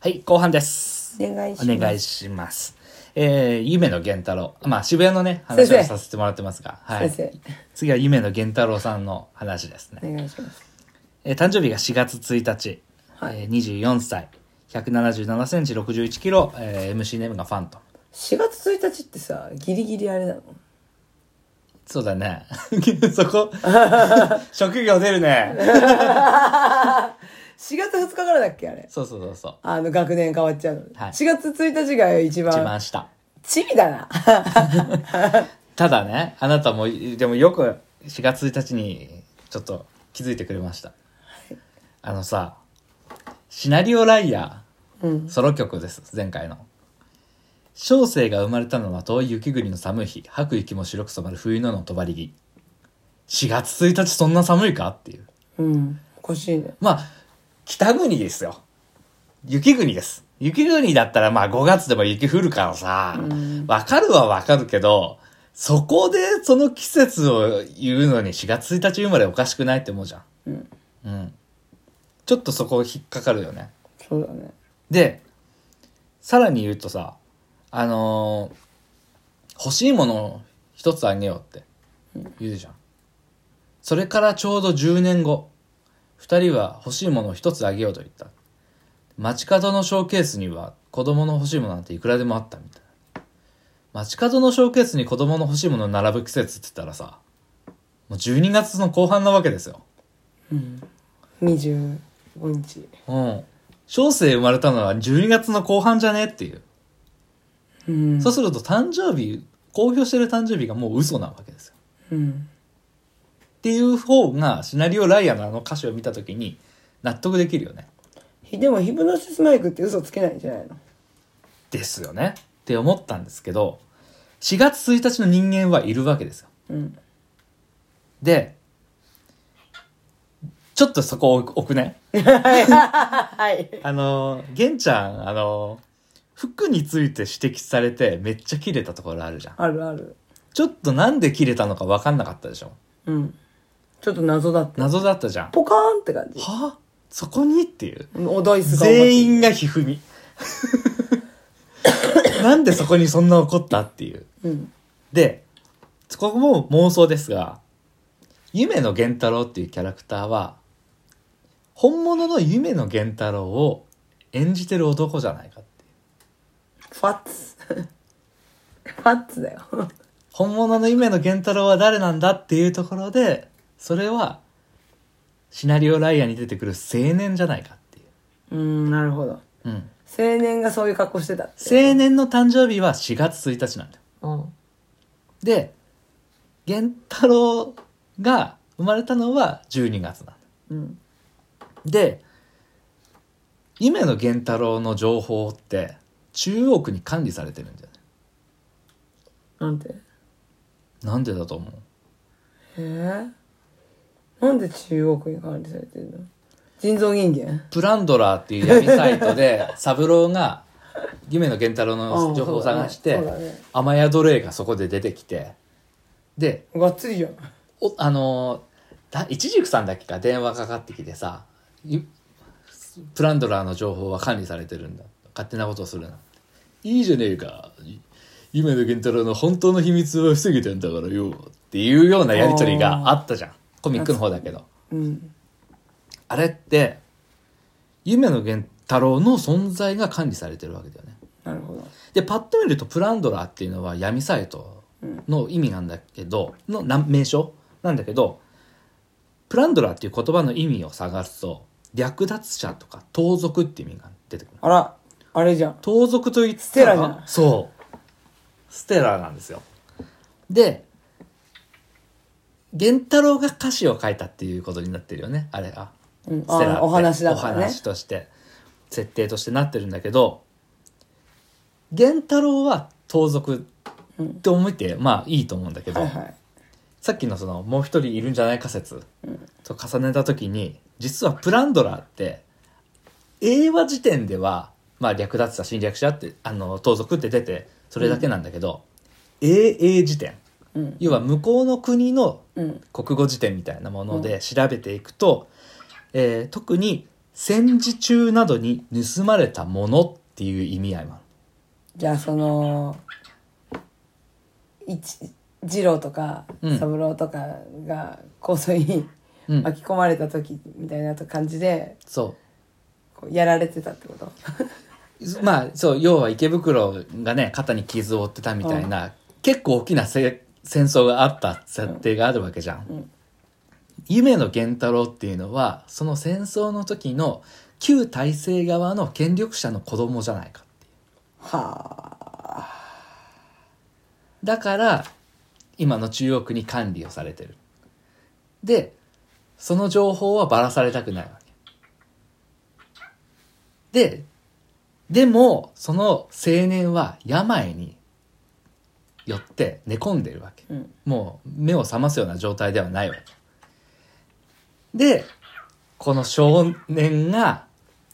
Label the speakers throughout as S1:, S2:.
S1: はい、後半です。
S2: お願いします
S1: お願いします。えー、夢の源太郎。まあ、渋谷のね、話を
S2: 先生
S1: させてもらってますが、はい。
S2: 先
S1: 次は夢の源太郎さんの話ですね。
S2: お願いします
S1: えー誕生日が4月1日、
S2: はい
S1: えー24歳、177センチ、61キロ、えー MC ネームがファントム。
S2: 4月1日ってさギリギリあれなの
S1: そうだね。 そこ、 職業出るね。
S2: 4月2日からだっけあれ
S1: そうそうそう そう。
S2: あの学年変わっちゃうの、
S1: はい
S2: 4月1日が一
S1: 一
S2: 番
S1: 番下。
S2: チビだな
S1: ただね、あなたも、でもよく4月1日にちょっと気づいてくれました。あのさ、シナリオライヤー、ソロ曲です、前回の。小生が生まれたのは遠い雪国の寒い日、吐く息も白く染まる冬ののとばり木。4月1日そんな寒いかっていう。
S2: うんおかしいね
S1: まあ、北国ですよ。雪国です。雪国だったらまあ5月でも雪降るからさ、わかるはわかるけど、そこでその季節を言うのに4月1日生まれおかしくないって思うじゃん。うん。ちょっとそこ引っかかるよね。
S2: そうだね
S1: で、さらに言うとさ、あのー欲しいものを一つあげようって言うじゃん。それからちょうど10年後、二人は欲しいものを一つあげようと言った。街角のショーケースには子供の欲しいものなんていくらでもあったみたいな。街角のショーケースに子供の欲しいもの並ぶ季節って言ったらさ、もう12月の後半なわけですよ。
S2: 25日
S1: うん。小生生まれたのは12月の後半じゃねっていう。
S2: うん
S1: そうすると誕生日、公表してる誕生日がもう嘘なわけですよ。
S2: うん
S1: っていう方が、シナリオライアーのあの歌詞を見たときに、納得できるよね。
S2: ひでもヒプノシスマイクって嘘つけないんじゃないの
S1: ですよね。って思ったんですけど、4月1日の人間はいるわけですよ。
S2: うん
S1: で、ちょっとそこを置くね。
S2: はい
S1: あの、玄ちゃん、あの、服について指摘されてめっちゃ切れたところあるじゃん。
S2: あるある
S1: ちょっとなんで切れたのか分かんなかったでしょ。
S2: うんちょっと謎だった
S1: 謎だったじゃん。は
S2: ポカーンって感じ
S1: ぁそこにっていう。
S2: おダイスが
S1: 全員がひ ふみなんでそこにそんな怒ったっていう
S2: うん
S1: でここも妄想ですが夢の源太郎っていうキャラクターは本物の夢の源太郎を演じてる男じゃないかっていう
S2: ファッツファッツだよ
S1: 本物の夢の源太郎は誰なんだっていうところでそれはシナリオライアーに出てくる青年じゃないかっていう
S2: うんなるほど
S1: うん
S2: 青年がそういう格好してたって
S1: 青年の誕生日は4月1日なんだよ
S2: うん
S1: で源太郎が生まれたのは12月なんだ
S2: うん
S1: で夢の源太郎の情報って中央区に管理されてるんだよね
S2: なんて
S1: なんでだと思う
S2: えー、なんで中央区に管理されてるの人造人間
S1: プランドラーっていう闇サイトで 三郎が夢の源太郎の情報を探して、
S2: うんそうだねそうだね
S1: 雨宿れがそこで出てきてで
S2: がっつりじゃん
S1: おあのーだ一軸さんだっけか電話かかってきてさゆプランドラーの情報は管理されてるんだ勝手なことをするなっていいじゃねえかい夢の源太郎の本当の秘密は防げてんだからよっていうようなやり取りがあったじゃんコミックの方だけど
S2: うん
S1: あれって夢の源太郎の存在が管理されてるわけだよね
S2: なるほど
S1: でパッと見るとプランドラーっていうのは闇サイトの意味なんだけど、のな名称なんだけどプランドラーっていう言葉の意味を探すと略奪者とか盗賊って意味が出てくる
S2: あらあれじゃん
S1: 盗賊と言ったら
S2: ステラじゃん
S1: そうステラなんですよで源太郎が歌詞を書いたっていうことになってるよねあれが、
S2: うん
S1: ステラっ
S2: あ
S1: て
S2: お話だからね
S1: お話として設定としてなってるんだけど源太郎は盗賊って思って、まあいいと思うんだけど、
S2: はいはい
S1: さっきのそのもう一人いるんじゃないか説と重ねた時に実はプランドラーって英和時点ではまあ略奪者侵略者ってあの盗賊って出てそれだけなんだけど、英英辞典、
S2: うん
S1: 要は向こうの国の
S2: うん
S1: 国語辞典みたいなもので調べていくと、えー特に戦時中などに盗まれたものっていう意味合いもある
S2: じゃあその一二郎とか
S1: うん
S2: 三郎とかが構想に
S1: うん
S2: 巻き込まれた時みたいな感じで
S1: そ
S2: こうやられてたってこと
S1: うまあそう要は池袋がね肩に傷を負ってたみたいな、結構大きなせ戦争があった設定があるわけじゃん、
S2: うん
S1: 夢の源太郎っていうのはその戦争の時の旧体制側の権力者の子供じゃないかっていう
S2: はあ
S1: だから今の中国に管理をされてるでその情報はばらされたくないわけででもその青年は病によって寝込んでるわけ
S2: うん
S1: もう目を覚ますような状態ではないわけでこの少年が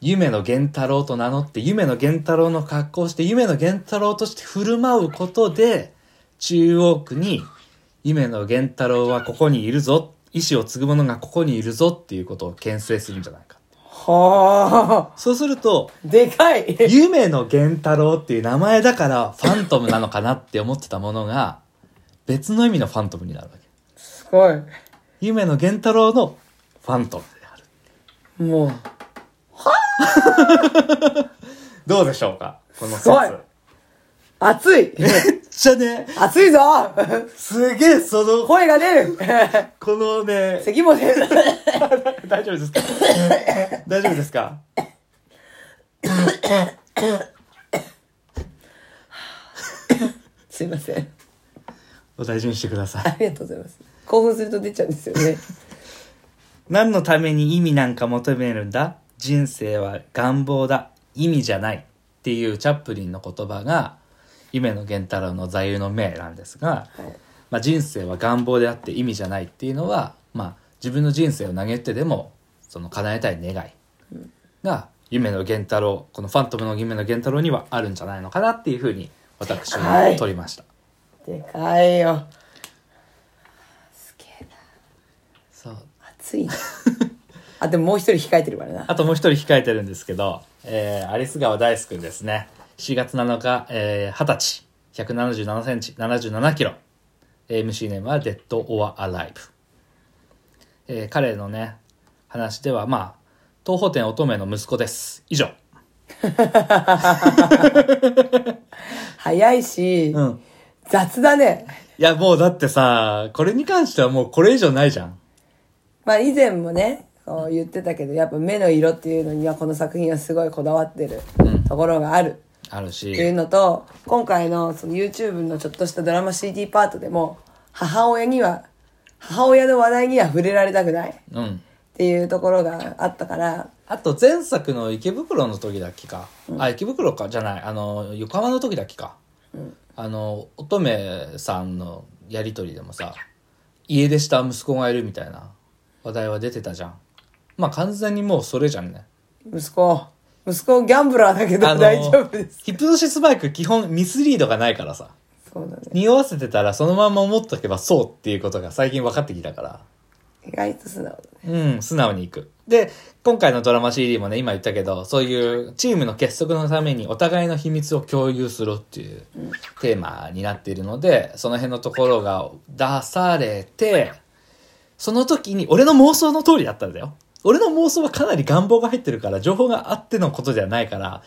S1: 夢の源太郎と名乗って夢の源太郎の格好をして夢の源太郎として振る舞うことで中央区に夢の源太郎はここにいるぞ意志を継ぐ者がここにいるぞっていうことを牽制するんじゃないか
S2: はあ
S1: そうすると
S2: でかい
S1: 夢の源太郎っていう名前だからファントムなのかなって思ってたものが別の意味のファントムになるわけ
S2: すごい
S1: 夢の源太郎のファントムである
S2: もう
S1: どうでしょうかこの説
S2: すごい熱い
S1: めっちゃね
S2: 熱いぞ
S1: すげえその
S2: 声が出る
S1: このね
S2: 咳も出る
S1: 大丈夫ですか 大丈夫ですか
S2: すいません
S1: お大事にしてください
S2: ありがとうございます興奮すると出ちゃうんですよね
S1: 何のために意味なんか求めるんだ人生は願望だ意味じゃないっていうチャップリンの言葉が夢の源太郎の座右の銘なんですが、
S2: はい
S1: まあ、人生は願望であって意味じゃないっていうのは、まあ、自分の人生を投げ打ってでもその叶えたい願いが夢の源太郎この「ファントムの夢の源太郎」にはあるんじゃないのかなっていうふうに私
S2: は
S1: はい取りました。
S2: でかいよすげえな
S1: そう
S2: 熱 いなあでももう一人控えてるからな
S1: あともう一人控えてるんですけど、えー、アリス川大輔くんですね。4月7日、えー、20歳、177センチ、77キロ。MC ネームは Dead or Alive。えー、彼のね、話では、まあ、東方店乙女の息子です。以上。
S2: 早いし、
S1: うん。
S2: 雑だね
S1: いや、もうだってさ、これに関してはもうこれ以上ないじゃん。
S2: まあ以前もねこう言ってたけどやっぱ目の色っていうのにはこの作品はすごいこだわってるところがある
S1: あるし。
S2: っていうのと今回のその YouTube のちょっとしたドラマ CD パートでも母親には母親の話題には触れられたくないっ
S1: うん。
S2: ていうところがあったから
S1: あと前作の池袋の時だっけか、あ池袋かじゃないあの横浜の時だっけか、あの乙女さんのやり取りでもさ家出した息子がいるみたいな話題は出てたじゃんまあ完全にもうそれじゃんね
S2: 息子息子ギャンブラーだけど
S1: あの
S2: 大丈夫です
S1: ヒプノシスバイク基本ミスリードがないからさ
S2: そうだね
S1: 匂わせてたらそのまま思っとけばそうっていうことが最近分かってきたから
S2: 意外と素直だね
S1: うん、素直に行く。で、今回のドラマ CD もね、今言ったけど、そういうチームの結束のためにお互いの秘密を共有するっていうテーマになっているので、その辺のところが出されて、その時に俺の妄想の通りだったんだよ。俺の妄想はかなり願望が入ってるから、情報があってのことじゃないから、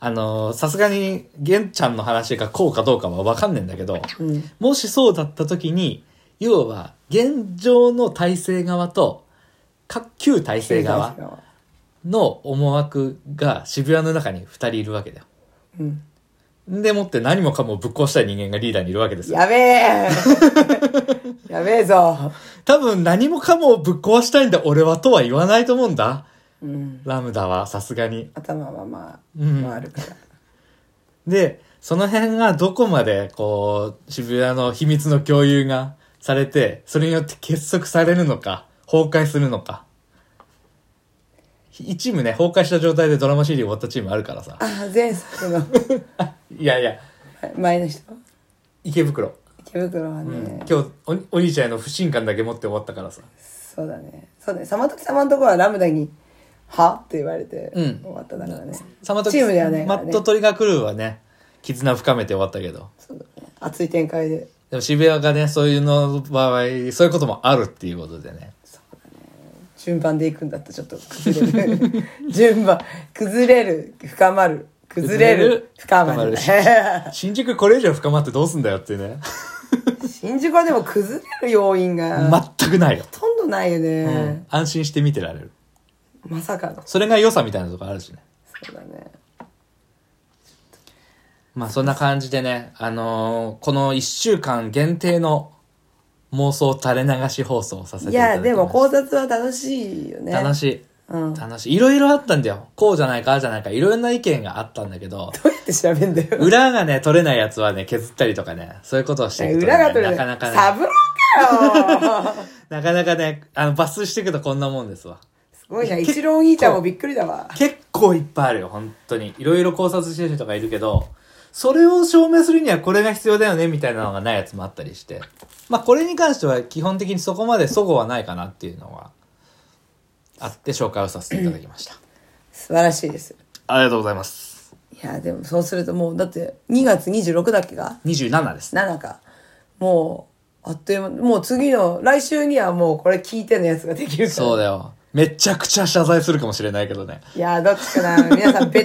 S1: あのーさすがに、玄ちゃんの話がこうかどうかはわかんないんだけど、
S2: うん
S1: もしそうだった時に、要は、現状の体制側と、か旧体制側の思惑が渋谷の中に二人いるわけだよ。
S2: うん
S1: でもって何もかもぶっ壊したい人間がリーダーにいるわけですよ。
S2: やべえやべえぞ
S1: 多分何もかもぶっ壊したいんだ俺はとは言わないと思うんだ。
S2: うん
S1: ラムダはさすがに。
S2: 頭はまあ、
S1: うん
S2: まああるから
S1: で、その辺がどこまでこう、渋谷の秘密の共有がされて、それによって結束されるのか、崩壊するのか。一チームね、崩壊した状態でドラマ CD 終わったチームあるからさ。
S2: あ前作の
S1: いやいや、
S2: 前の人
S1: 池袋。
S2: 池袋はね、
S1: 今日お、お兄ちゃんへの不信感だけ持って終わったからさ。
S2: そうだねそうだねまとき様のところはラムダにはって言われて、
S1: うん
S2: 終わっただからね。
S1: さまと
S2: チームではないか
S1: マ
S2: ら
S1: ッ
S2: ね
S1: ト。トリガークルーはね、絆深めて終わったけど。
S2: そうだね熱い展開で。
S1: でも渋谷がね、そういうの場合、そういうこともあるっていうことでね。
S2: 順番で行くんだってちょっと崩れ る順番崩れる深まる崩
S1: 崩れ
S2: れ
S1: る
S2: る深まる
S1: 新宿これ以上深まってどうすんだよっていうね。
S2: 新宿はでも崩れる要因がほ
S1: 全くないよ。
S2: とんどないよ
S1: う
S2: ね、
S1: ん安心して見てられる。
S2: まさかの
S1: それが良さみたいなとこあるしね。
S2: そうだね
S1: まあそんな感じでね、あのーこの1週間限定の妄想垂れ流し放送をさせて
S2: い
S1: いただ
S2: や
S1: きました。
S2: でも考察は楽しいよね
S1: 楽
S2: し
S1: し
S2: い、
S1: い。
S2: うん、ど
S1: 楽しい。いろいろあったんだよ。こうじゃないか、ああじゃないか。いろんな意見があったんだけど、
S2: うやって調べんだよ
S1: 裏がね、取れないやつはね、削ったりとかね、そういうことをしていくとね、
S2: 裏が取れ
S1: なかなか
S2: サ
S1: ね、
S2: ブローかよ
S1: なかなかね、あの、抜粋していくとこんなもんですわ。
S2: すごいな一郎お兄ちゃんもびっくりだわ
S1: 結構いっぱいあるよ、本当に。いろいろ考察してる人がいるけど、それを証明するにはこれが必要だよね、みたいなのがないやつもあったりして。まあ、これに関しては基本的にそこまで齟齬はないかなっていうのは、あって紹介をさせていただきました。
S2: 素晴らしいです
S1: ありがとうございます。
S2: いやでもそうするともうだって2月26だっけが
S1: 27です。
S2: 7かもうあっという間もう次の来週にはもうこれ聞いてのやつができるから
S1: そうだよ。めちゃくちゃ謝罪するかもしれないけど ね。
S2: いやどっちか な皆さんベ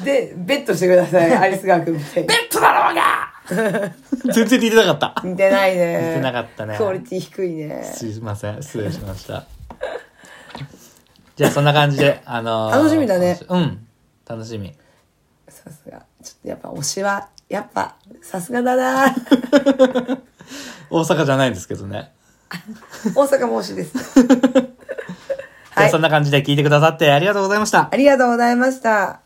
S2: ッでベットしてくださいアリスガー君みたいに
S1: ベッドだろうが全然似てなかった。
S2: 似てないね
S1: 似てなかったね
S2: クオリティ低いね
S1: すいません。失礼しました。じゃあそんな感じで、あのー
S2: 楽しみだね。
S1: うん。楽しみ。
S2: さすがちょっとやっぱ推しはやっぱさすがだな
S1: 大阪じゃないんですけどね。
S2: 大阪も推しです
S1: じゃ
S2: は
S1: あ
S2: い
S1: そんな感じで聞いてくださってありがとうございました。
S2: ありがとうございました